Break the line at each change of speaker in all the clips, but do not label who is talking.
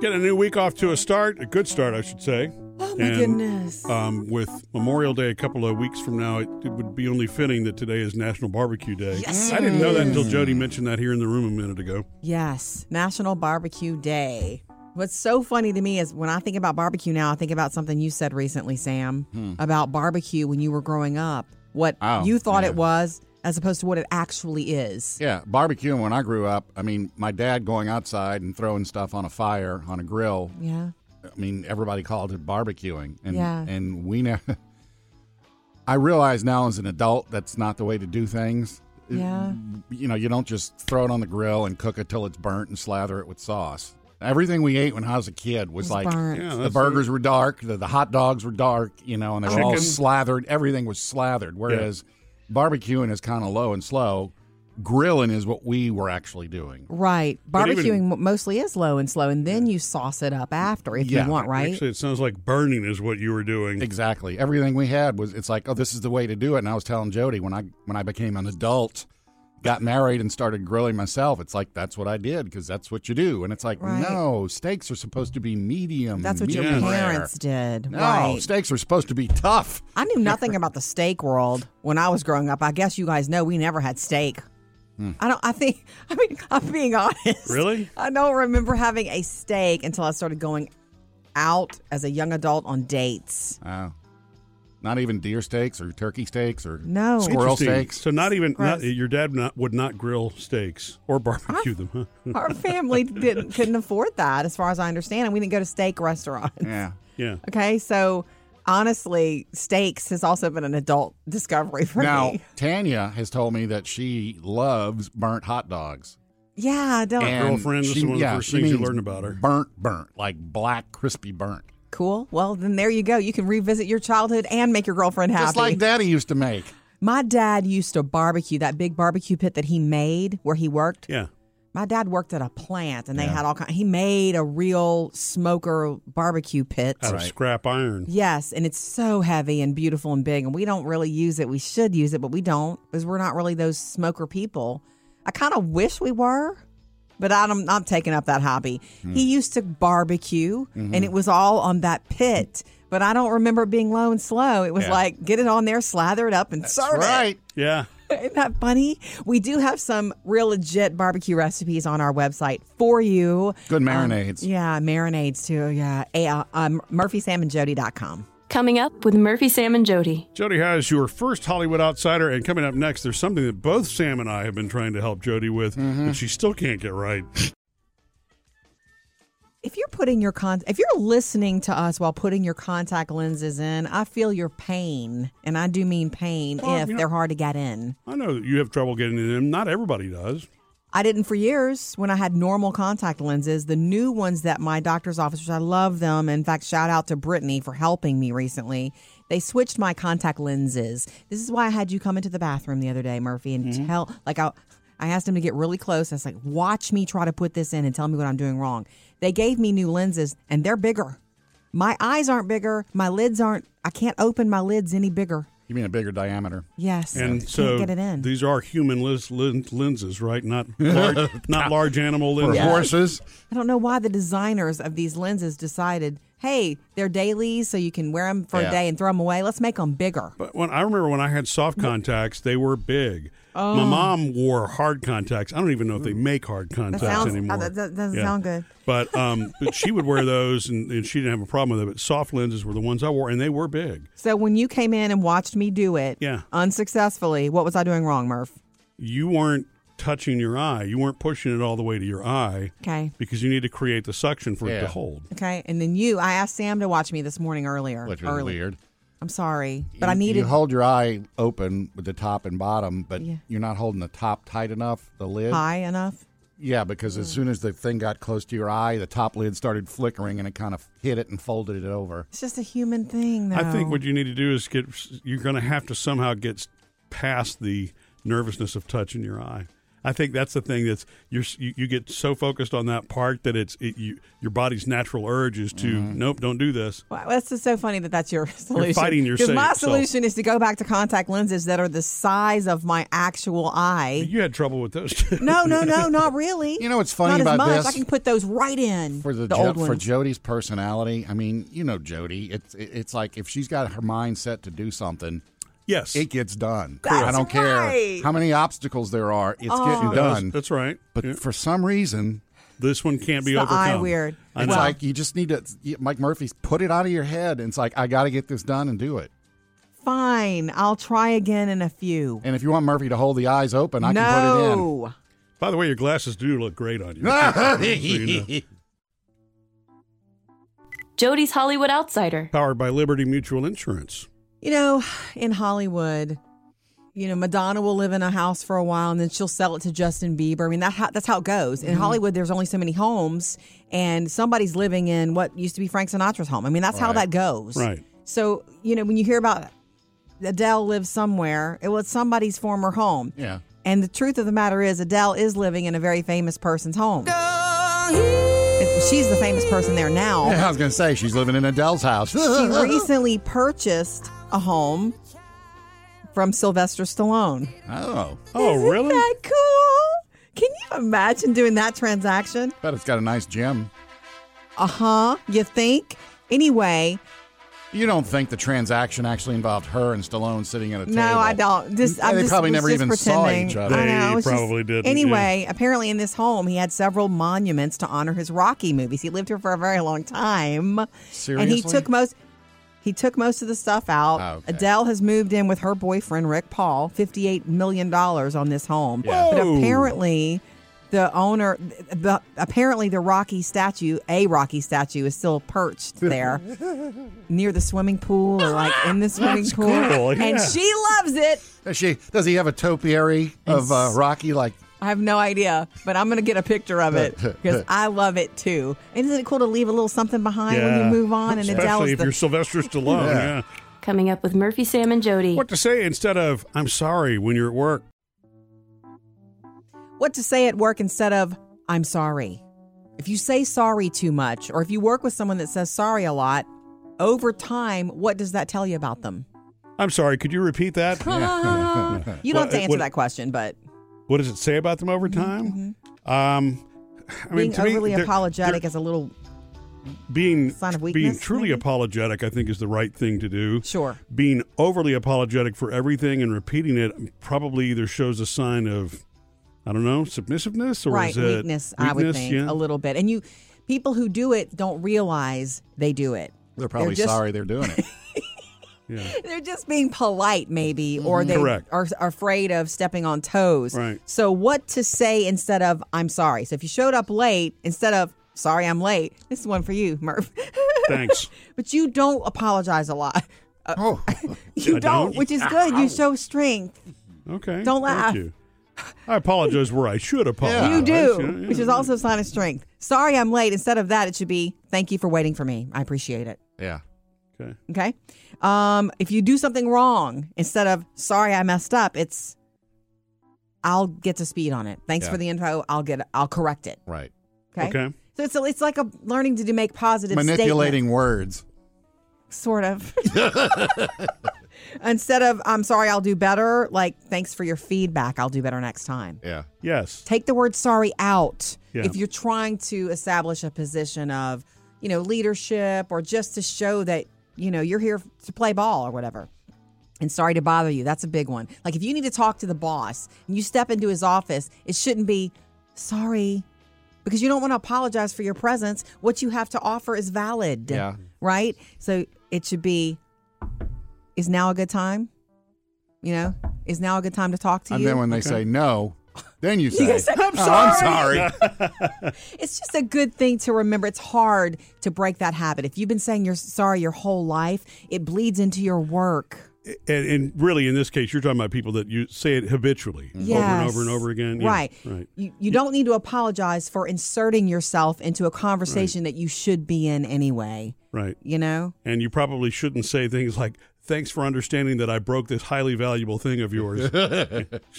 Getting a new week off to a start, a good start, I should say.
Oh my
And,
goodness.
Um, with Memorial Day a couple of weeks from now, it, it would be only fitting that today is National Barbecue Day.
Yes,
I
it
didn't know that until
is.
Jody mentioned that here in the room a minute ago.
yes, National Barbecue Day. What's so funny to me is when I think about barbecue now, I think about something you said recently, Sam,
Hmm.
about barbecue when you were growing up. What
Oh,
you thought
yeah.
it was as opposed to what it actually is.
Yeah, barbecuing when I grew up, I mean, my dad going outside and throwing stuff on a fire, on a grill.
Yeah.
I mean, everybody called it barbecuing. And,
Yeah.
and we never. I realize now as an adult that's not the way to do things.
Yeah.
Mm.
You know, you don't just throw it on the grill and cook it till it's burnt and slather it with sauce. Everything we ate when I was a kid was
It's
like
burnt.
Yeah,
the
that's-
burgers were dark, the, the hot dogs were dark, you know, and they were all
Chicken.
slathered. Everything was slathered. Whereas barbecuing is kind of low and slow. Grilling is what we were actually doing.
Right.
But
Barbecuing
even-
mo- mostly is low and slow, and then you sauce it up after if
Yeah,
you want, right?
Actually, it sounds like burning is what you were doing.
Exactly. Everything we had was it's like, oh, this is the way to do it. And I was telling Jody when I when I became an adult, got married and started grilling myself, it's like that's what I did because that's what you do. And it's like,
Right.
no, steaks are supposed to be medium.
That's what your
Yeah. Oh,
medium rare.
parents did.
No,
right.
steaks are supposed to be tough.
I knew nothing about the steak world when I was growing up. I guess you guys know we never had steak.
Hmm.
I don't. I think. I mean, I'm being honest.
Really?
I don't remember having a steak until I started going out as a young adult on dates.
Oh. Not even deer steaks or turkey steaks or
No.
squirrel
Interesting.
steaks.
So not even not,
Gross.
your dad not, would not grill steaks or barbecue them. Huh?
Our family didn't couldn't afford that, as far as I understand, and we didn't go to steak restaurants.
Yeah.
Yeah.
Okay, so honestly, steaks has also been an adult discovery for
Now,
me.
Tanya has told me that she loves burnt hot dogs.
Yeah, I don't.
And
girlfriend, this is one of the first
she
things you
means
learn about her.
Burnt, burnt, like black, crispy burnt.
cool. Well, then there you go. You can revisit your childhood and make your girlfriend happy.
Just like Daddy used to make.
My dad used to barbecue that big barbecue pit that he made where he worked.
Yeah.
My dad worked at a plant, and they had all kind. He made a real smoker barbecue pit.
Out of scrap iron.
Yes, and it's so heavy and beautiful and big, and we don't really use it. We should use it, but we don't because we're not really those smoker people. I kind of wish we were, but I'm not taking up that hobby.
Hmm.
He used to barbecue,
Mm-hmm.
and it was all on that pit. But I don't remember it being low and slow. It was
Yeah.
like get it on there, slather it up, and serve it.
Right.
Yeah.
Isn't that funny? We do have some real legit barbecue recipes on our website for Um, you.
Good marinades.
Yeah, marinades too. Yeah. A- uh, um, MurphySamandJody.com.
Coming up with Murphy, Sam, and Jody.
Jody has your first Hollywood outsider, and coming up next, there's something that both Sam and I have been trying to help Jody with, but she still can't get right.
If you're putting your con, if you're listening to us while putting your contact lenses in, I feel your pain, and I do mean pain
Well,
if
you know-
they're hard to get in.
I know that you have trouble getting in them. Not everybody does.
I didn't for years when I had normal contact lenses. The new ones that my doctor's office, which I love them. In fact, shout out to Brittany for helping me recently. They switched my contact lenses. This is why I had you come into the bathroom the other day, Murphy, and
Mm-hmm.
tell like I, I asked him to get really close. I was like, watch me try to put this in and tell me what I'm doing wrong. They gave me new lenses and they're bigger. My eyes aren't bigger. My lids aren't. I can't open my lids any bigger.
You mean a bigger diameter?
Yes,
And
can't
so
get it in.
these are human lis- lin- lenses, right? Not large, not large animal
For
lenses.
horses?
I don't know why the designers of these lenses decided, hey, they're dailies, so you can wear them for a
Yeah.
day and throw them away. Let's make them bigger.
But when I remember when I had soft contacts, they were big.
Oh.
My mom wore hard contacts. I don't even know if they make hard contacts
sounds-
anymore.
uh, that- that doesn't sound good.
But um, but she would wear those, and, and she didn't have a problem with it. But soft lenses were the ones I wore, and they were big.
So when you came in and watched me do it,
Yeah.
unsuccessfully, what was I doing wrong, Murph?
You weren't touching your eye. You weren't pushing it all the way to your eye
Okay.
because you need to create the suction for it to
Yeah.
hold.
Okay. And then you, I asked Sam to watch me this morning earlier.
Which is
early.
weird.
I'm sorry, but
You-
I needed.
You hold your eye open with the top and bottom, but
Yeah.
you're not holding the top tight enough, the lid.
High enough.
Yeah, because
Mm.
as soon as the thing got close to your eye, the top lid started flickering and it kind of hit it and folded it over.
It's just a human thing, though.
I think what you need to do is get. You're going to have to somehow get past the nervousness of touching your eye. I think that's the thing that's you're, s- you you get so focused on that part that it's it, you, your body's natural urge is to
Mm-hmm.
nope, don't do this.
Wow, that's just so funny that that's your solution.
fighting
Because my
yourself.
solution is to go back to contact lenses that are the size of my actual eye.
You had trouble with those. too.
No, no, no, not really.
You know what's funny
not
about
as much.
this?
I can put those right in
for the, Jo-
old ones.
for Jody's personality. I mean, you know Jody. It's it- it's like if she's got her mind set to do something,
yes,
it gets done.
That's
I don't
right. Oh.
care how many obstacles there are. It's getting
That's-
done.
That's right.
But
Yeah.
for some reason,
this one can't be
the
overcome.
eye weird.
I
it's
know.
like you just need to. Mike Murphy's put it out of your head, and it's like I got to get this done and do it.
Fine, I'll try again in a few.
And if you want Murphy to hold the eyes open, I can put
no.
By the way, your glasses do look great on you.
it
So you know.
in.
Jody's Hollywood Outsider.
Powered by Liberty Mutual Insurance.
You know, in Hollywood, you know, Madonna will live in a house for a while and then she'll sell it to Justin Bieber. I mean, that how, that's how it goes.
Mm-hmm.
In Hollywood, there's only so many homes, and somebody's living in what used to be Frank Sinatra's home. I mean, that's how that
Right.
goes.
Right.
So, you know, when you hear about Adele lives somewhere, it was somebody's former home.
yeah.
And the truth of the matter is, Adele is living in a very famous person's home. It's- She's the famous person there now.
Yeah, I was gonna say she's living in Adele's house.
She recently purchased a home from Sylvester Stallone.
oh,
Oh,
Isn't
really?
that cool? Can you imagine doing that transaction?
bet it's got a nice gym.
Uh huh. You think? Anyway,
You don't think the transaction actually involved her and Stallone sitting at a table?
no, I don't. Just
And
I'm
they
just,
probably
was
never
just
even saw
pretending.
each other.
I know,
They
it was just-
probably didn't, yeah.
Anyway, apparently in this home, he had several monuments to honor his Rocky movies. He lived here for a very long time, and he
Seriously?
took most. He took most of the stuff out.
Oh, okay.
Adele has moved in with her boyfriend Rick Paul, fifty-eight million dollars on this home.
Yeah.
But
Whoa.
apparently, the owner, the, apparently the Rocky statue, a Rocky statue, is still perched there near the swimming pool or like in the swimming pool,
cool,
and
yeah.
she loves it.
Does she? Does he have a topiary of uh, Rocky? Like,
I have no idea, but I'm going to get a picture of it because I love it too. And Isn't it cool to leave a little something behind when
Yeah.
you move on? And Adele
Especially
is
if
the
you're Sylvester Stallone.
Yeah.
yeah.
Coming up with Murphy, Sam, and Jody.
What to say instead of "I'm sorry" when you're at work?
what to say at work instead of I'm sorry. If you say sorry too much, or if you work with someone that says sorry a lot, over time, what does that tell you about them?
I'm sorry. Could you repeat that?
You don't
Well,
have to
it
answer
would-
that question, but
What does it say about them over time? Um, I mean,
Mm-hmm. being
to me,
overly
they're-
apologetic
they're-
is a little
being
sign of
being
weakness,
truly
maybe?
apologetic, I think, is the right thing to do.
sure.
Being overly apologetic for everything and repeating it probably either shows a sign of, I don't know, submissiveness or
right
is it
weakness, I
uh,
would
weakness?
think
Yeah.
a little bit. And you, people who do it don't realize they do it.
they're probably
just-
sorry they're doing it.
Yeah.
They're just being polite, maybe, or they
Mm-hmm. Correct.
are, are afraid of stepping on toes.
Right.
So, what to say instead of "I'm sorry"? So, if you showed up late, instead of "Sorry, I'm late," this is one for you, Murph.
Thanks.
but you don't apologize a lot.
oh,
You
I
don't,
don't?
which is good. You show strength.
Okay.
Don't laugh.
Thank you. I apologize where I should apologize.
You do,
Yeah, yeah.
which is also a sign of strength. Sorry, I'm late. Instead of that, it should be "Thank you for waiting for me. I appreciate it."
yeah.
Okay.
Okay. Um, if you do something wrong, instead of sorry I messed up, it's I'll get to speed on it. Thanks
Yeah.
for the info. I'll get I'll correct it.
Right.
Okay.
Okay.
So it's it's like a learning to do make positive
Manipulating words.
statements, sort of. instead of I'm sorry I'll do better, like thanks for your feedback. I'll do better next time.
Yeah.
Yes.
Take the word sorry out
Yeah.
if you're trying to establish a position of, you know, leadership or just to show that, you know, you're here to play ball or whatever. And sorry to bother you. That's a big one. Like if you need to talk to the boss and you step into his office, it shouldn't be sorry because you don't want to apologize for your presence. What you have to offer is valid.
Yeah.
Right? So it should be is now a good time? You know, is now a good time to talk to
And
you?
then when they say no, then you say,
guys say, "I'm
"Oh, I'm
sorry."
sorry.
It's just a good thing to remember. It's hard to break that habit. If you've been saying you're sorry your whole life, it bleeds into your work.
and, and really in this case you're talking about people that you say it habitually over and
Yes.
over and over again Yeah,
right.
right
You, you don't need to apologize for inserting yourself into a conversation that you should be in anyway.
right
You know?
and you probably shouldn't say things like Thanks for understanding that I broke this highly valuable thing of yours.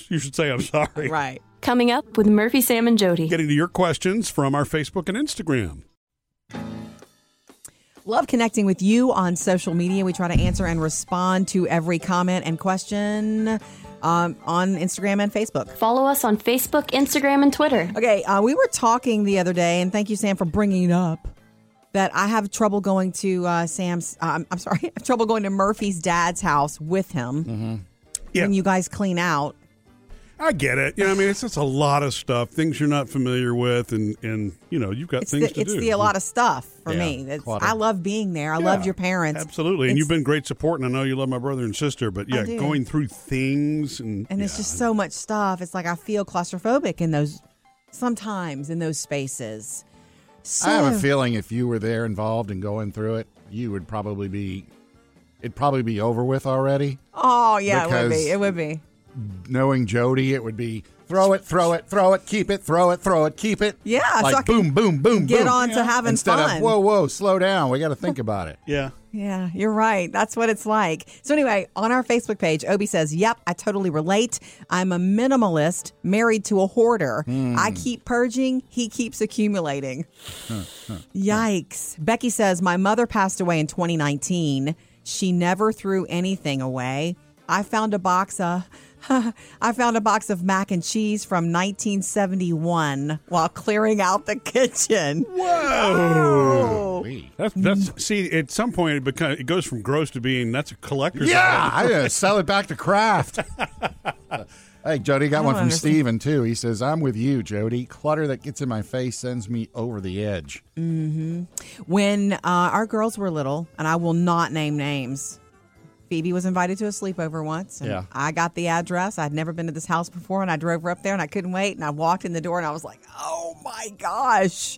you should say I'm sorry.
Right.
Coming up with Murphy, Sam, and Jody.
Getting to your questions from our Facebook and Instagram.
Love connecting with you on social media. We try to answer and respond to every comment and question um, on Instagram and Facebook.
Follow us on Facebook, Instagram, and Twitter.
Okay, uh, we were talking the other day, and thank you, Sam, for bringing it up. That I have trouble going to uh, Sam's. Uh, I'm, I'm sorry, I have trouble going to Murphy's dad's house with him
Yeah.
when you guys clean out.
I get it. Yeah, I mean, it's just a lot of stuff, things you're not familiar with, and and you know, you've got
It's
things
the,
to
it's
do.
the a lot of stuff for
Yeah,
me. It's,
clutter.
I love being there. I
Yeah,
love your parents.
Absolutely, and
It's-
you've been great support, and I know you love my brother and sister. But yeah,
do.
going through things and
and it's just so much stuff. It's like I feel claustrophobic in those sometimes in those spaces. So,
I have a feeling if you were there involved and going through it, you would probably be. It'd probably be over with already.
Oh yeah, it would
because-
be. It would be.
Knowing Jody, it would be throw it, throw it, throw it, keep it, throw it, throw it, keep it.
Yeah, so I
like
can
boom, boom, boom,
get
boom.
on to having
Instead
fun.
of whoa, whoa, slow down. We got to think about it.
yeah.
Yeah, you're right. That's what it's like. So, anyway, on our Facebook page, Obi says, Yep, I totally relate. I'm a minimalist married to a hoarder. I keep purging, he keeps accumulating. Yikes. Becky says, My mother passed away in 2019. She never threw anything away. I found a box of. I found a box of mac and cheese from 1971 while clearing out the kitchen. Whoa!
We-
That's that's see. At some point, it becomes it goes from gross to being that's a collector's.
Yeah,
item.
I gotta sell it back to Kraft. hey, Jody got
don't
one from
understand.
Steven too. He says, "I'm with you, Jody. Clutter that gets in my face sends me over the edge."
when uh, our girls were little, and I will not name names. Phoebe was invited to a sleepover once. And
Yeah.
I got the address. I'd never been to this house before, and I drove her up there, and I couldn't wait. And I walked in the door, and I was like, "Oh my gosh,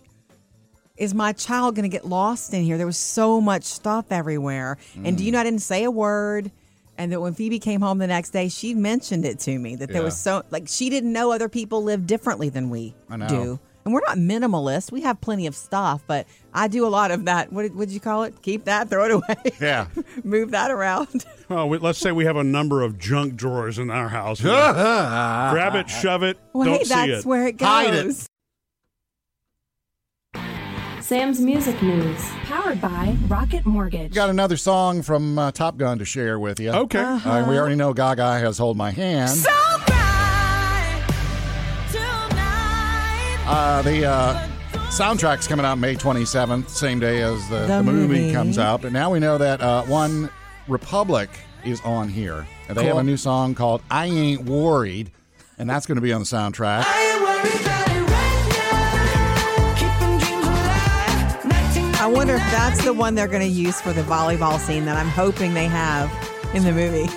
is my child going to get lost in here?" There was so much stuff everywhere. And do you know I didn't say a word? And that when Phoebe came home the next day, she mentioned it to me that there was so like she didn't know other people live differently than we
I know.
do. And we're not minimalist. We have plenty of stuff, but I do a lot of that. What did what'd you call it? Keep that, throw it away,
Yeah,
move that around.
Well, we, let's say we have a number of junk drawers in our house. Grab it, shove it.
Well,
don't
hey,
see
that's
it.
where it goes.
Hide it.
Sam's Music News.
Powered by Rocket Mortgage.
got another song from uh, Top Gun to share with you.
Okay.
Uh, we already know Gaga has "Hold My Hand." Uh, the uh, soundtrack's coming out May 27th, same day as the,
The
the movie.
movie.
comes out. But now we know that uh, One Republic is on here. And they have a new song called I Ain't Worried, and that's going to be on the soundtrack.
I wonder if that's the one they're going to use for the volleyball scene that I'm hoping they have in the movie.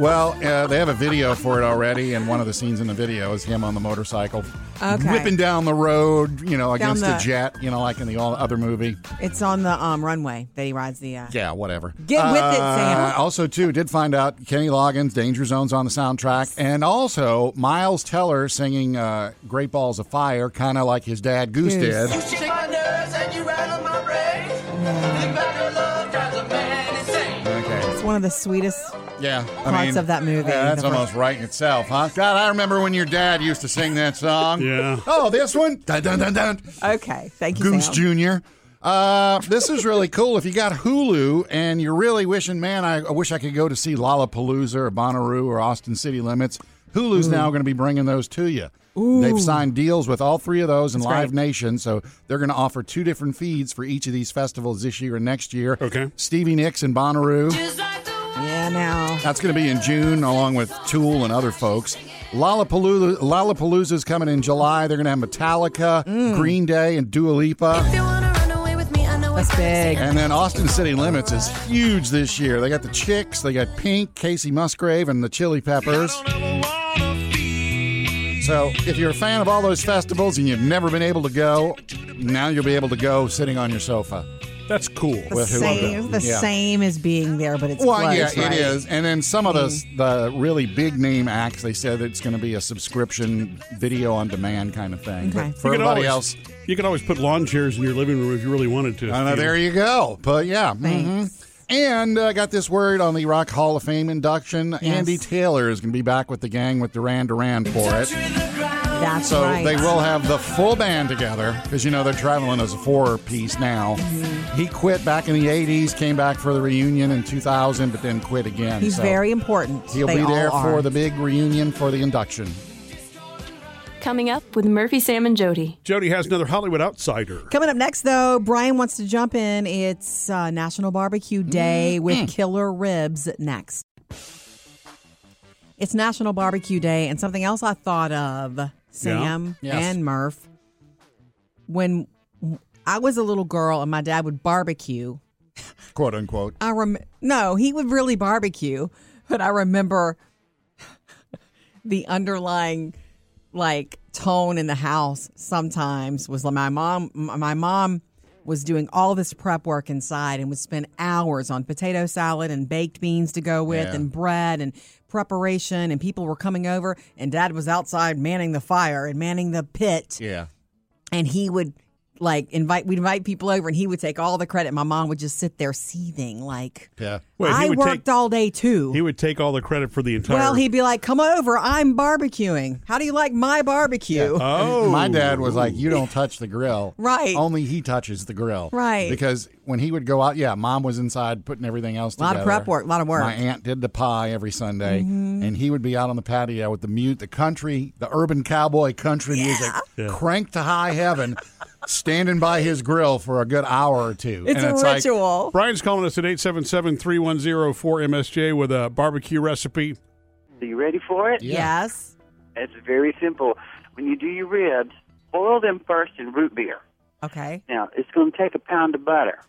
Well, uh, they have a video for it already, and one of the scenes in the video is him on the motorcycle
Okay.
whipping down the road, you know,
Down
against
the-
a jet, you know, like in the all other movie.
It's on the um, runway that he rides the. Uh,
Yeah, whatever.
Get with it,
Uh,
Sam.
Also, too, did find out Kenny Loggins, Danger Zone's on the soundtrack, and also Miles Teller singing uh, "Great Balls of Fire," kind of like his dad Goose
Goose.
did.
You shake my nerves and you rattle my brain. Think about your love drives a man insane.
Okay.
It's one of the sweetest.
Yeah, I
Parts
mean,
of that movie.
Yeah, that's
The
almost right in itself, huh? God, I remember when your dad used to sing that song.
Yeah.
Oh, this one. Dun, dun, dun, dun.
Okay, thank you,
Goose
Sam.
Jr. Uh, this is really cool. If you got Hulu and you're really wishing, man, I, I wish I could go to see Lollapalooza or Bonnaroo or Austin City Limits. Hulu's
Mm.
now going to be bringing those to you. They've signed deals with all three of those and Live Nation, so they're going to offer two different feeds for each of these festivals this year and next year.
Okay.
Stevie Nicks and Bonnaroo.
Yeah, now
That's going to be in June, along with Tool and other folks. Lollapalooza, Lollapalooza's coming in July. They're going to have Metallica,
Mm.
Green Day, and Dua Lipa.
that's big.
And then Austin City Limits is huge this year. They got the Chicks, they got Pink, Casey Musgrave, and the Chili Peppers. So if you're a fan of all those festivals and you've never been able to go, now you'll be able to go sitting on your sofa.
That's cool.
The
with Hulu.
same, the
Yeah.
same as being there, but it's
Well,
close,
yeah,
right? Mm.
it is. And then some of the the really big name acts, they said it's going to be a subscription video on demand kind of thing.
Okay.
But for
You could
everybody
always-
else,
you could always put lawn chairs in your living room if you really wanted to.
I don't know, there you go. But yeah, mhm.
Thanks.
And I uh, got this word on the Rock Hall of Fame induction. Andy
Yes.
Taylor is going to be back with the gang with Duran Duran for it.
That's
So
right.
they will have the full band together because you know they're traveling as a four piece now. He quit back in the 80s, came back for the reunion in 2000, but then quit again.
He's
So
very important.
He'll
They
be
all
there for
are.
the big reunion for the induction.
Coming up with Murphy, Sam, and Jody.
Jody has another Hollywood outsider.
Coming up next, though, Brian wants to jump in. It's uh, National Barbecue Day
Mm-hmm.
with killer ribs next. It's National Barbecue Day, and something else I thought of, Sam
Yes.
and Murph. When I was a little girl and my dad would barbecue,
Quote unquote.
I rem- no, he would really barbecue, but I remember the underlying like tone in the house sometimes was like my mom m- my mom was doing all this prep work inside and would spend hours on potato salad and baked beans to go with
Yeah.
and bread and preparation and people were coming over and dad was outside manning the fire and manning the pit
Yeah.
and he would like invite we'd invite people over and he would take all the credit my mom would just sit there seething like
Yeah.
Wait, he
i
would
worked
take-
all day too
He would take all the credit for the entire.
well he'd be like come over i'm barbecuing how do you like my barbecue
oh,
My dad was like, "You don't touch the grill."
Right.
Only he touches the grill.
Right.
Because when he would go out, yeah, mom was inside putting everything else
Lot
together.
of prep work, lot of work. Mm-hmm.
My aunt did the pie every Sunday, and he would be out on the patio with the mute, the country, the urban cowboy country music
Yeah.
cranked to high heaven, standing by his grill for a good hour or two.
it's
and
a
it's like,
ritual
Brian's calling us at 877-310-4MSJ with a barbecue recipe.
Are you ready for it?
yeah.
yes
It's very simple. When you do your ribs, boil them first in root beer.
okay
Now, it's going to take a pound of butter.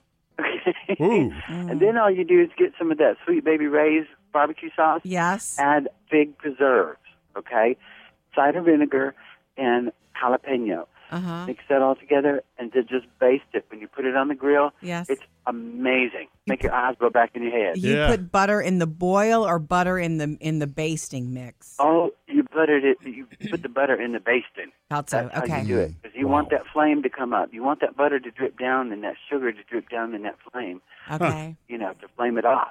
Okay.
Ooh.
And then all you do is get some of that sweet baby Ray's barbecue sauce.
yes
Add fig preserves, okay? Cider vinegar and jalapeno.
uh-huh
Mix that all together and then just baste it. When you put it on the grill,
Yes.
it's amazing. Make your eyes go back in your head.
you
Yeah.
put butter in the boil or butter in the in the basting mix
Oh, you buttered it. You put the butter in the basting.
Thought so.
That's how
Okay.
you do it. Because you want that flame to come up. You want that butter to drip down and that sugar to drip down in that flame.
okay
You know, to flame it off.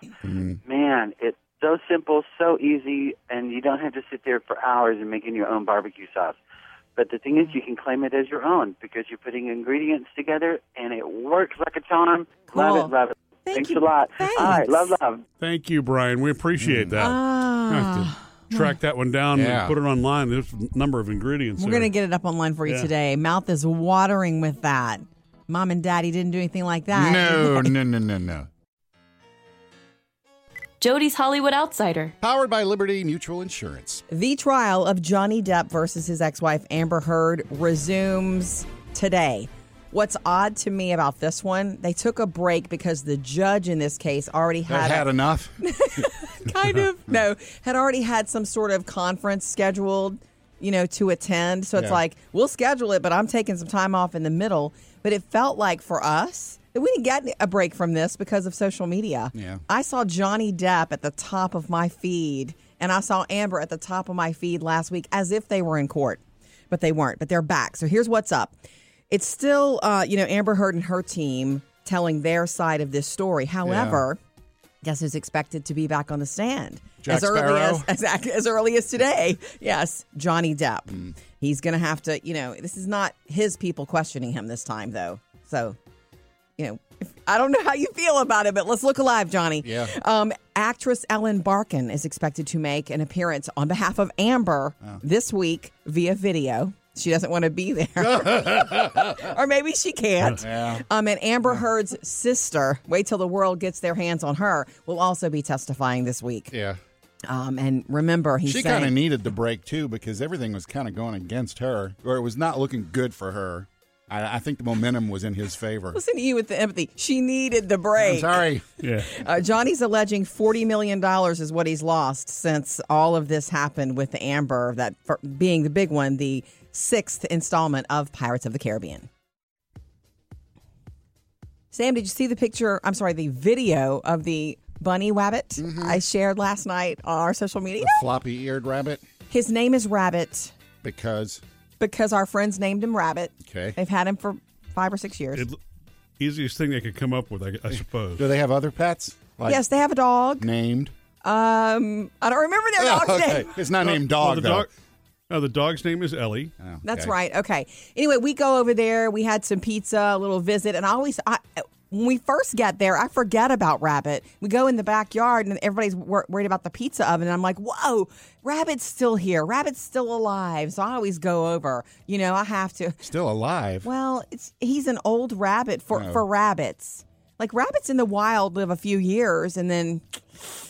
Man, it's so simple, so easy, and you don't have to sit there for hours and making your own barbecue sauce. But the thing is, you can claim it as your own because you're putting ingredients together, and it works like a charm. Love
Cool.
it, love it.
Thank
Thanks
you.
a lot.
Thanks.
All right, love, love.
Thank you, Brian. We
Mm.
appreciate that. I
Uh, ah.
have to track that one down
Yeah.
and put it online. There's a number of ingredients.
We're
there.
going to get it up online for you
Yeah.
today. Mouth is watering with that. Mom and daddy didn't do anything like that.
No, no, no, no, no.
Jody's Hollywood Outsider.
Powered by Liberty Mutual Insurance.
The trial of Johnny Depp versus his ex wife Amber Heard resumes today. What's odd to me about this one, they took a break because the judge in this case already had,
That had enough.
kind of no, had already had some sort of conference scheduled, you know, to attend. So it's
Yeah.
like, we'll schedule it, but I'm taking some time off in the middle. But it felt like for us that we didn't get a break from this because of social media.
Yeah.
I saw Johnny Depp at the top of my feed, and I saw Amber at the top of my feed last week as if they were in court, but they weren't. But they're back. So here's what's up. It's still, uh, you know, Amber Heard and her team telling their side of this story. However, guess who's expected to be back on the stand
Jack
as early
Sparrow?
as, as as early as today? Yes, Johnny Depp.
Hmm.
He's going to have to, you know, this is not his people questioning him this time, though. So you know, if, I don't know how you feel about it, but let's look alive, Johnny.
Yeah.
Um, actress Ellen Barkin is expected to make an appearance on behalf of Amber
Oh.
this week via video. She doesn't want to be there, or maybe she can't. Um, and Amber Heard's sister, wait till the world gets their hands on her, will also be testifying this week.
yeah.
Um, and remember, he's
She
saying,
kind of needed the break too because everything was kind of going against her, or it was not looking good for her. I, I think the momentum was in his favor.
listen to you with the empathy. She needed the break.
I'm sorry.
Yeah.
Uh, Johnny's alleging forty million dollars is what he's lost since all of this happened with Amber, that for being the big one, the sixth installment of Pirates of the Caribbean. Sam, did you see the picture? I'm sorry, the video of the bunny rabbit
Mm-hmm.
I shared last night on our social media.
The floppy eared rabbit
His name is Rabbit
because
because our friends named him Rabbit.
Okay.
they've had him for five or six years.
It- easiest thing they could come up with, I, I suppose.
do they have other pets? Like
yes, they have a dog.
named.
Um, I don't remember their
Oh,
dog's
okay.
name.
It's not named
Well,
dog
the
though.
dog- no, the dog's name is Ellie.
Oh,
That's
okay.
right. Okay. Anyway, we go over there. We had some pizza, a little visit, and I always I. When we first get there, I forget about Rabbit. We go in the backyard, and everybody's wor- worried about the pizza oven. And I'm like, "Whoa, Rabbit's still here! Rabbit's still alive!" So I always go over. You know, I have to.
Still alive.
Well, it's he's an old rabbit for
Oh.
for rabbits. Like rabbits in the wild live a few years, and then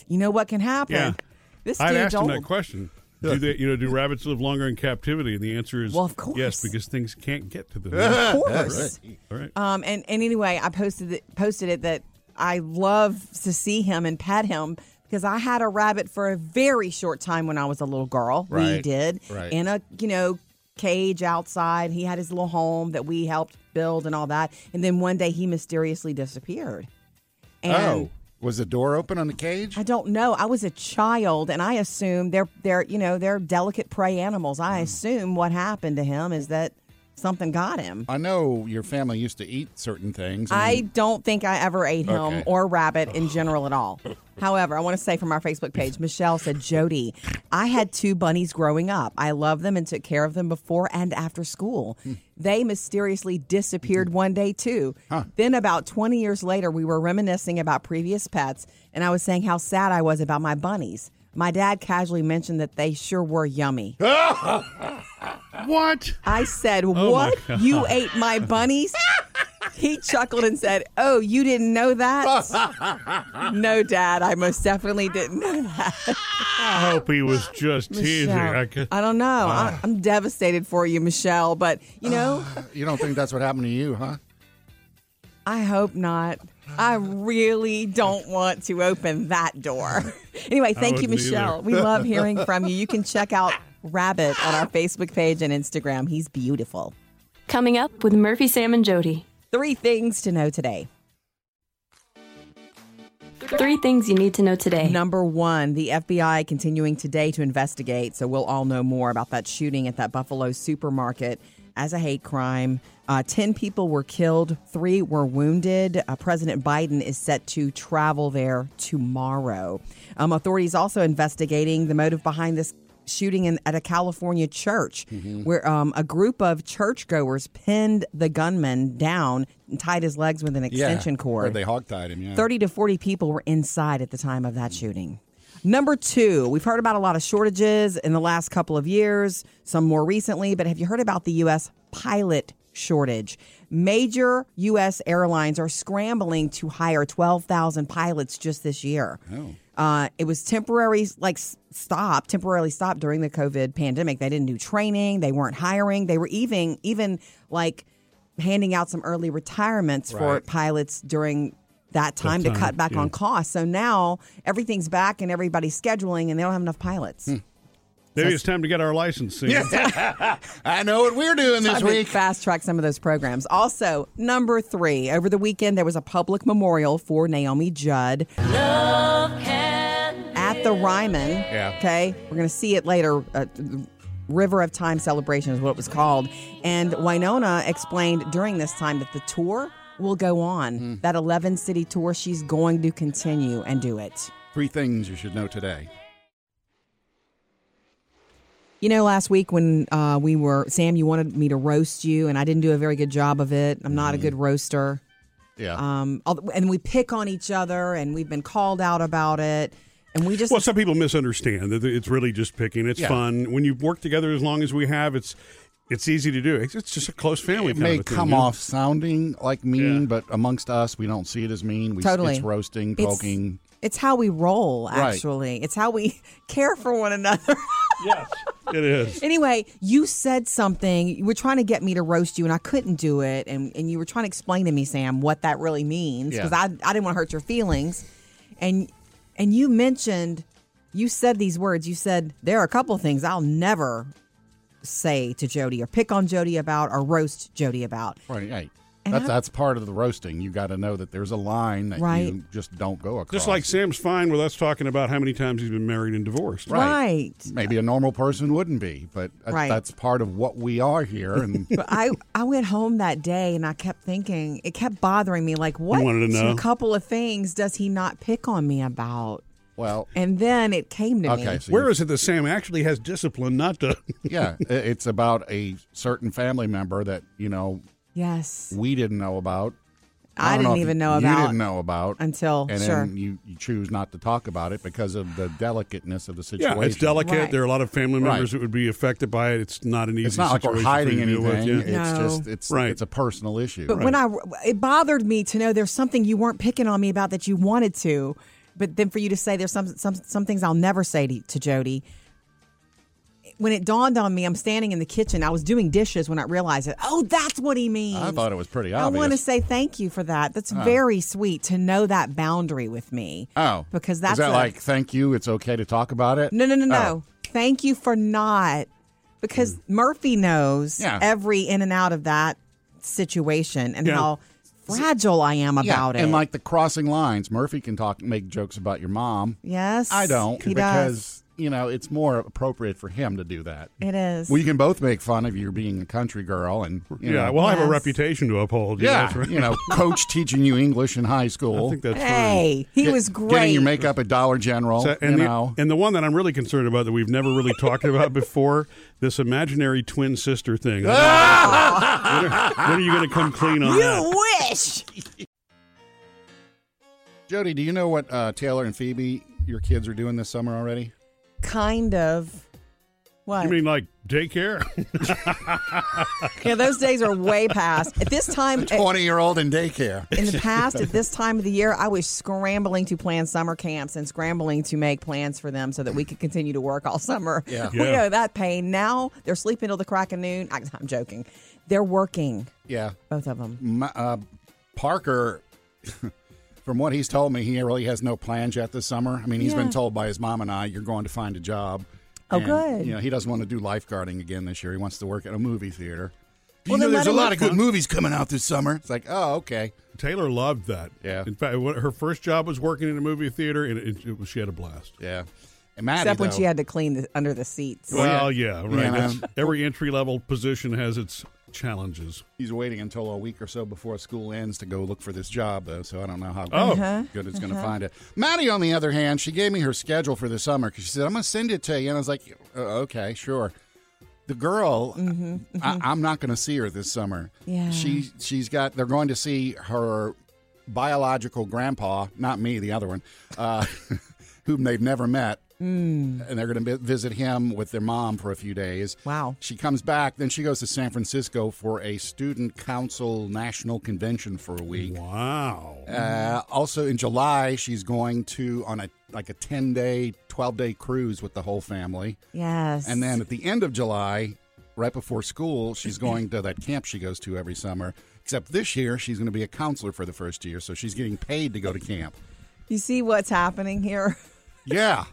you know what can happen.
Yeah.
This
I'd asked
dude's
him
old.
that question. Do they, you know, do rabbits live longer in captivity? And the answer is
Well, of course.
yes, because things can't get to them.
of course.
All right.
Um, and, and anyway, I posted it, posted it that I love to see him and pet him because I had a rabbit for a very short time when I was a little girl. We
Right.
did
Right.
in a you know cage outside. He had his little home that we helped build and all that. And then one day he mysteriously disappeared. And
Oh, was the door open on the cage?
I don't know. I was a child, and I assume they're they're you know they're delicate prey animals.
Mm.
I assume what happened to him is that something got him.
I know your family used to eat certain things.
I
mean,
don't think I ever ate him
Okay.
or rabbit in general at all. However, I want to say from our Facebook page, Michelle said, Jody, I had two bunnies growing up. I loved them and took care of them before and after school. They mysteriously disappeared one day, too. Then, about 20 years later, we were reminiscing about previous pets, and I was saying how sad I was about my bunnies. My dad casually mentioned that they sure were yummy.
what?
I said,
Oh
What? You ate my bunnies? he chuckled and said, Oh, you didn't know that? no, Dad, I most definitely didn't know that.
I hope he was just teasing. I Ah. could,
I don't know. I, I'm devastated for you, Michelle, but you know,
you don't think that's what happened to you, huh?
I hope not. I really don't want to open that door. anyway, thank you,
wouldn't either.
Michelle. We love hearing from you. You can check out Rabbit on our Facebook page and Instagram. He's beautiful.
Coming up with Murphy, Sam, and Jody.
Three things to know today.
Three things you need to know today.
Number one, the FBI continuing today to investigate. So we'll all know more about that shooting at that Buffalo supermarket as a hate crime. Uh, 10 people were killed, three were wounded. Uh, President Biden is set to travel there tomorrow. Um, authorities also investigating the motive behind this shooting in, at a California church where um, a group of churchgoers pinned the gunman down and tied his legs with an extension cord.
Or they hogtied him, yeah.
30 to 40 people were inside at the time of that shooting. Number two, we've heard about a lot of shortages in the last couple of years, some more recently, but have you heard about the U.S. pilot shortage? Major U.S. airlines are scrambling to hire 12,000 pilots just this year. Uh, it was temporary, like s- stop, temporarily stopped during the COVID pandemic. They didn't do training, they weren't hiring, they were even, even like handing out some early retirements for
Right.
pilots during that time, to
time,
cut back
yeah.
on costs. So now everything's back and everybody's scheduling, and they don't have enough pilots.
Maybe it's time to get our license. Sam.
I know what we're doing this
Time to
week.
fast track some of those programs. Also, number three, over the weekend there was a public memorial for Naomi Judd at the Ryman.
Yeah.
Okay, we're gonna see it later. Uh, River of Time celebration is what it was called. And Winona explained during this time that the tour will go on. That 11 city tour, she's going to continue and do it.
Three things you should know today.
You know, last week when uh, we were, Sam, you wanted me to roast you, and I didn't do a very good job of it. I'm not a good roaster.
Yeah.
Um, al- and we pick on each other, and we've been called out about it. And we just,
Well, some people misunderstand that it's really just picking. It's
Yeah.
fun when you work together as long as we have. It's it's easy to do. It's, it's just a close family.
it
kind
may
of a thing,
come
you know?
off sounding like mean,
Yeah.
but amongst us, we don't see it as mean. We,
Totally.
It's roasting,
It's-
poking.
it's how we roll,
Right.
actually. It's how we care for one another.
Yes, it is.
Anyway, you said something. You were trying to get me to roast you, and I couldn't do it. And, and you were trying to explain to me, Sam, what that really means because
Yeah.
I, I didn't want to hurt your feelings. And and you mentioned, you said these words. You said there are a couple things I'll never say to Jody or pick on Jody about or roast Jody about.
Right. right.
And
That's
I-
that's part of the roasting. You got to know that there's a line that
Right.
you just don't go across.
Just like Sam's fine with us talking about how many times he's been married and divorced.
right.
right.
maybe a normal person wouldn't be, but that's,
Right.
that's part of what we are here. And
But I, I went home that day and I kept thinking, it kept bothering me. Like, what
wanted to know?
couple of things does he not pick on me about?
well,
And then it came to me.
okay, so
Where is it that Sam actually has discipline not to?
you- yeah, i- it's about a certain family member that you know
Yes.
we didn't know about.
I,
don't
didn't
if
even know
you
about
didn't know about
until-
and
sure.
then you, you choose not to talk about it because of the delicateness of the situation.
yeah, it's delicate.
Right.
There are a lot of family members
Right.
that would be affected by it. It's not an easy.
It's not like we're
situation for
hiding
you to deal
anything.
with, yeah.
It's
No.
just it's
Right.
it's a personal issue.
But when I, it bothered me to know there's something you weren't picking on me about that you wanted to, but then for you to say there's some some some things I'll never say to, to Jody. When it dawned on me, I'm standing in the kitchen. I was doing dishes when I realized it. Oh, that's what he means.
I thought it was pretty
I
obvious.
want to say thank you for that. That's very sweet to know that boundary with me.
Oh,
because
Is
that's
that
a-
like thank you. It's okay to talk about it.
No, no, no,
Oh. Hmm.
no. Thank you for not, because Murphy knows
Yeah.
every in and out of that situation and
Yeah.
how fragile I am
Yeah,
about it.
and like the crossing lines. Murphy can talk, make jokes about your mom.
yes,
I don't
He
because
does.
you know it's more appropriate for him to do that.
It is.
We can both make fun of you being a country girl, and you
yeah,
know,
well, I have a
Yes.
reputation to uphold.
yeah,
that's right.
you know, coach teaching you English in high school.
I think that's fine.
hey, he
Get-
was great.
Getting your makeup at Dollar General.
So- and,
you
the,
know,
and the one that I'm really concerned about that we've never really talked about before, this imaginary twin sister thing. when, are, when are you going to come clean on that?
you wish.
Jody, do you know what uh, Taylor and Phoebe, your kids, are doing this summer already?
Kind of. What?
You mean like daycare?
yeah, those days are way past. At this time,
Twenty-year-old in daycare.
in the past, at this time of the year, I was scrambling to plan summer camps and scrambling to make plans for them so that we could continue to work all summer.
Yeah.
We
Yeah.
know that pain. Now they're sleeping till the crack of noon. I, I'm joking. They're working,
Yeah.
both of them.
my, uh, Parker, from what he's told me, he really has no plans yet this summer. I mean, he's been
Yeah.
told by his mom and I, "You're going to find a job."
Oh,
And,
good.
You know, he doesn't want to do lifeguarding again this year. He wants to work at a movie theater. You
Well,
know,
then
there's
let
a
him
lot
look
of good
for-
movies coming out this summer. It's like, oh, okay.
Taylor loved that.
Yeah.
In fact, what, her first job was working in a movie theater, and it, it, was she had a blast.
Yeah. And Maddie,
Except when
though,
she had to clean the, under the seats.
Well, yeah, right.
You know.
That's- Every entry level position has its challenges.
he's waiting until a week or so before school ends to go look for this job, though. So I don't know how
Oh.
Uh-huh.
good it's going to find it. Maddie, on the other hand, she gave me her schedule for the summer because she said, I'm going to send it to you. And I was like, "Uh, okay, sure. The girl, I, I'm not going to see her this summer.
Mm-hmm, Yeah.
She, she's got, they're going to see her biological grandpa, not me, the other one, uh, whom they've never met.
Mm.
And they're going to visit him with their mom for a few days.
Wow.
She comes back, then she goes to San Francisco for a student council national convention for a week.
Wow.
Uh, also in July, she's going to on a like a ten day, twelve day cruise with the whole family,
Yes.
and then at the end of July, right before school, she's going to that camp she goes to every summer. Except this year, she's going to be a counselor for the first year, so she's getting paid to go to camp.
You see what's happening here?
Yeah,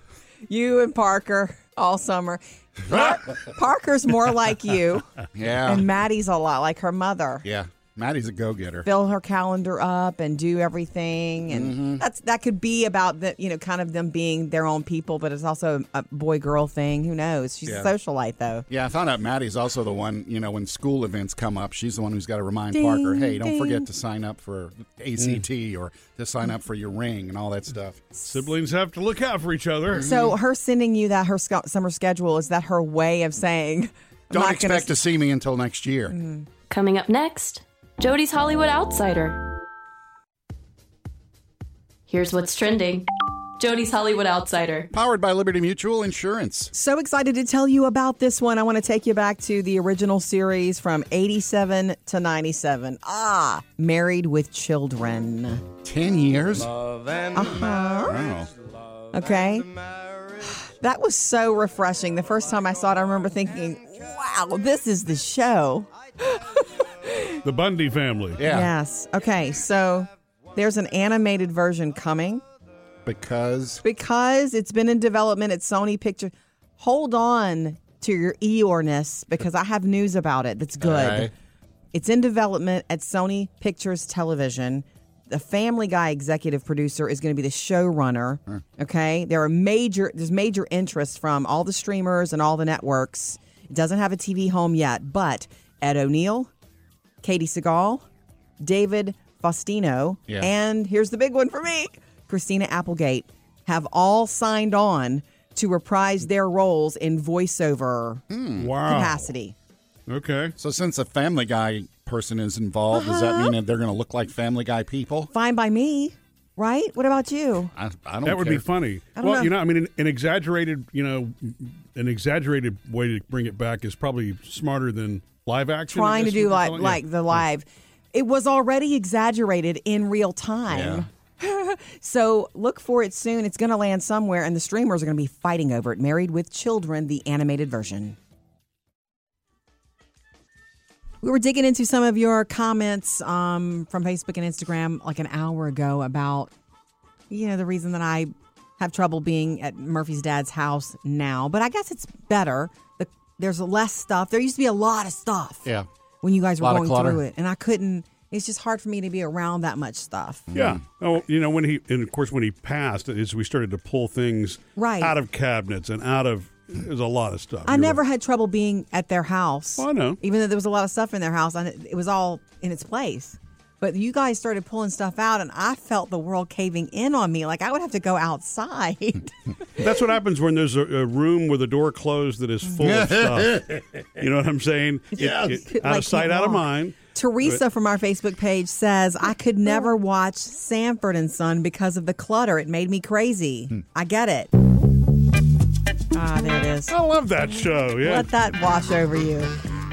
You and Parker all summer. Par- Parker's more like you,
yeah,
and Maddie's a lot like her mother.
yeah. Maddie's a go getter.
fill her calendar up and do everything and
Mm-hmm.
that's that could be about the you know kind of them being their own people but it's also a boy girl thing who knows she's
Yeah.
a socialite though
Yeah, I found out Maddie's also the one, you know, when school events come up, she's the one who's got to remind Parker, hey, don't forget to sign up for ACT
Mm.
or to sign up for your ring and all that stuff.
Siblings have to look out for each other.
Mm-hmm.
so her sending you that her sc- summer schedule is that her way of saying I'm not
Don't
gonna- Mm.
expect to see me until next year.
Coming up next, Jody's Hollywood Outsider. Here's what's trending Jody's Hollywood Outsider.
Powered by Liberty Mutual Insurance.
so excited to tell you about this one. I want to take you back to the original series from 87 to 97. Ah, Married with Children.
10 years?
Uh-huh.
Wow.
Okay. That was so refreshing. The first time I saw it, I remember thinking, wow, this is the show.
The Bundy family.
Yeah.
Yes. Okay. So there's an animated version coming
Because
because it's been in development at Sony Pictures. Hold on to your Eeyore ness because I have news about it that's good.
All right.
It's in development at Sony Pictures Television. The Family Guy executive producer is going to be the showrunner. Okay, there are major there's major interest from all the streamers and all the networks. It doesn't have a TV home yet, but Ed O'Neill, Katie Segal, David Faustino,
Yeah.
and here's the big one for me Christina Applegate have all signed on to reprise their roles in voiceover
Wow.
capacity.
Okay.
So since a Family Guy person is involved, does
Uh-huh.
that mean that they're going to look like Family Guy people?
Fine by me, right? What about you?
I, I don't.
That would
care.
be funny.
I
Well,
don't know.
you know, I mean, an, an exaggerated, you know, an exaggerated way to bring it back is probably smarter than live action. I
Trying to
guess
do
you could
like
call it. Yeah.
like the live. It was already exaggerated in real time. So look for it soon. It's going to land somewhere, and the streamers are going to be fighting over it. Married with Children, the animated version. We were digging into some of your comments um, from Facebook and Instagram like an hour ago about, you know, the reason that I have trouble being at Murphy's dad's house now. But I guess it's better. The, there's less stuff. There used to be a lot of stuff
Yeah.
when you guys were
Lot of
going
clutter.
through it, and I couldn't. It's just hard for me to be around that much stuff.
Yeah. Oh, you know, when he, and of course, when he passed, as we started to pull things
Right.
out of cabinets and out of, there's a lot of stuff.
I
You're
never
right.
had trouble being at their house.
Well, I know.
Even though there was a lot of stuff in their house, and it was all in its place. But you guys started pulling stuff out, and I felt the world caving in on me. Like I would have to go outside.
That's what happens when there's a, a room with a door closed that is full of stuff. You know what I'm saying? It-
Yes.
it- out
Like,
of sight,
can't
out of
walk.
mind.
Teresa from our Facebook page says, I could never watch Sanford and Son because of the clutter. It made me crazy.
Hmm.
I get it. Ah, there it is.
I love that show. Yeah.
Let that wash over you.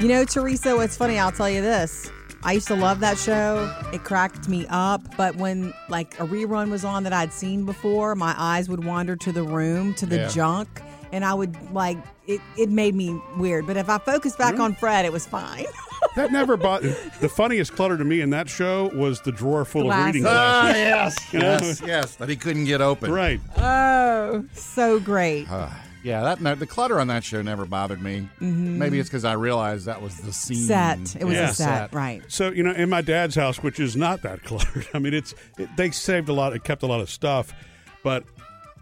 You know, Teresa, what's funny, I'll tell you this. I used to love that show. It cracked me up, but when like a rerun was on that I'd seen before, my eyes would wander to the room, to the
Yeah.
junk, and I would like it it made me weird. But if I focused back on Fred, it was fine.
That never bothered. The funniest clutter to me in that show was the drawer full of
Glasses.
reading
Ah,
glasses.
yes, yes, yes. That he couldn't get open.
Right.
Oh, so great.
Yeah, that no, the clutter on that show never bothered me. Maybe it's because I realized that was the scene.
Mm-hmm. set. It was
Yeah.
a set, right.
So you know, in my dad's house, which is not that cluttered. I mean, it's it, they saved a lot, it kept a lot of stuff, but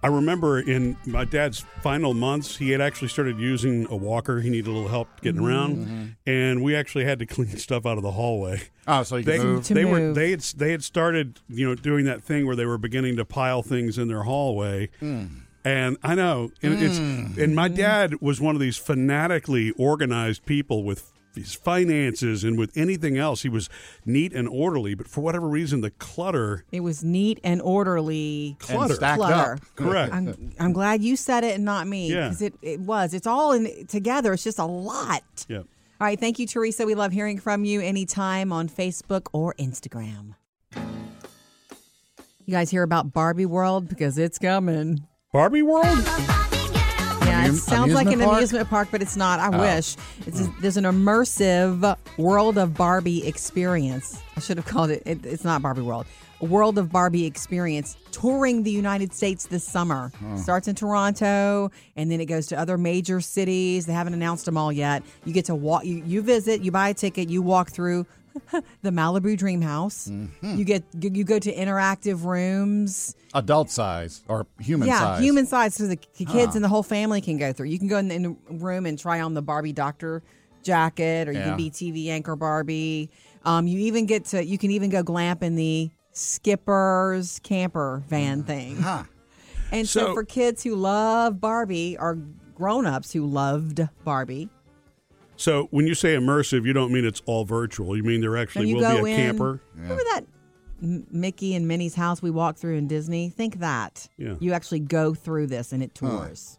I remember in my dad's final months, he had actually started using a walker. He needed a little help getting around, and we actually had to clean stuff out of the hallway.
Oh, so you
They,
can move.
To
they were
move.
they had they had started you know doing that thing where they were beginning to pile things in their hallway.
Hmm.
And I know, and it's and my dad was one of these fanatically organized people with his finances and with anything else. He was neat and orderly, but for whatever reason, the clutter,
It was neat and orderly.
and
clutter,
stacked
Clutter.
up.
correct.
Uh.
I'm, I'm glad you said it and not me
Yeah.
because it, it was. It's all in together. It's just a lot.
yeah.
All right. Thank you, Teresa. We love hearing from you anytime on Facebook or Instagram. You guys hear about Barbie World because it's coming.
Barbie World.
Yeah, it
Amu-
sounds like an
amusement park? Oh. Hmm.
amusement park, but it's not. I wish. It's there's an immersive World of Barbie experience. I should have called it, it it's not Barbie World. World of Barbie experience touring the United States this summer. Starts in Toronto and then it goes to other major cities. They haven't announced them all yet. You get to walk you, you visit, you buy a ticket, you walk through the Malibu Dream House.
Mm-hmm.
You get you you go to interactive rooms
Adult size or human
yeah,
size.
human size, so the k- kids and the whole family can go through. You can go in the, in the room and try on the Barbie doctor jacket, or you
Yeah.
can be TV anchor Barbie. Um, you even get to you can even go glamp in the Skipper's camper van thing. And so,
Mm. So-
for kids who love Barbie or grown-ups who loved Barbie,
So when you say immersive, you don't mean it's all virtual. You mean there
and
actually
you
will
go
be a
in.
camper.
Remember that M- Mickey and Minnie's house we walked through in Disney? Think that.
Yeah.
You actually go through this and it tours.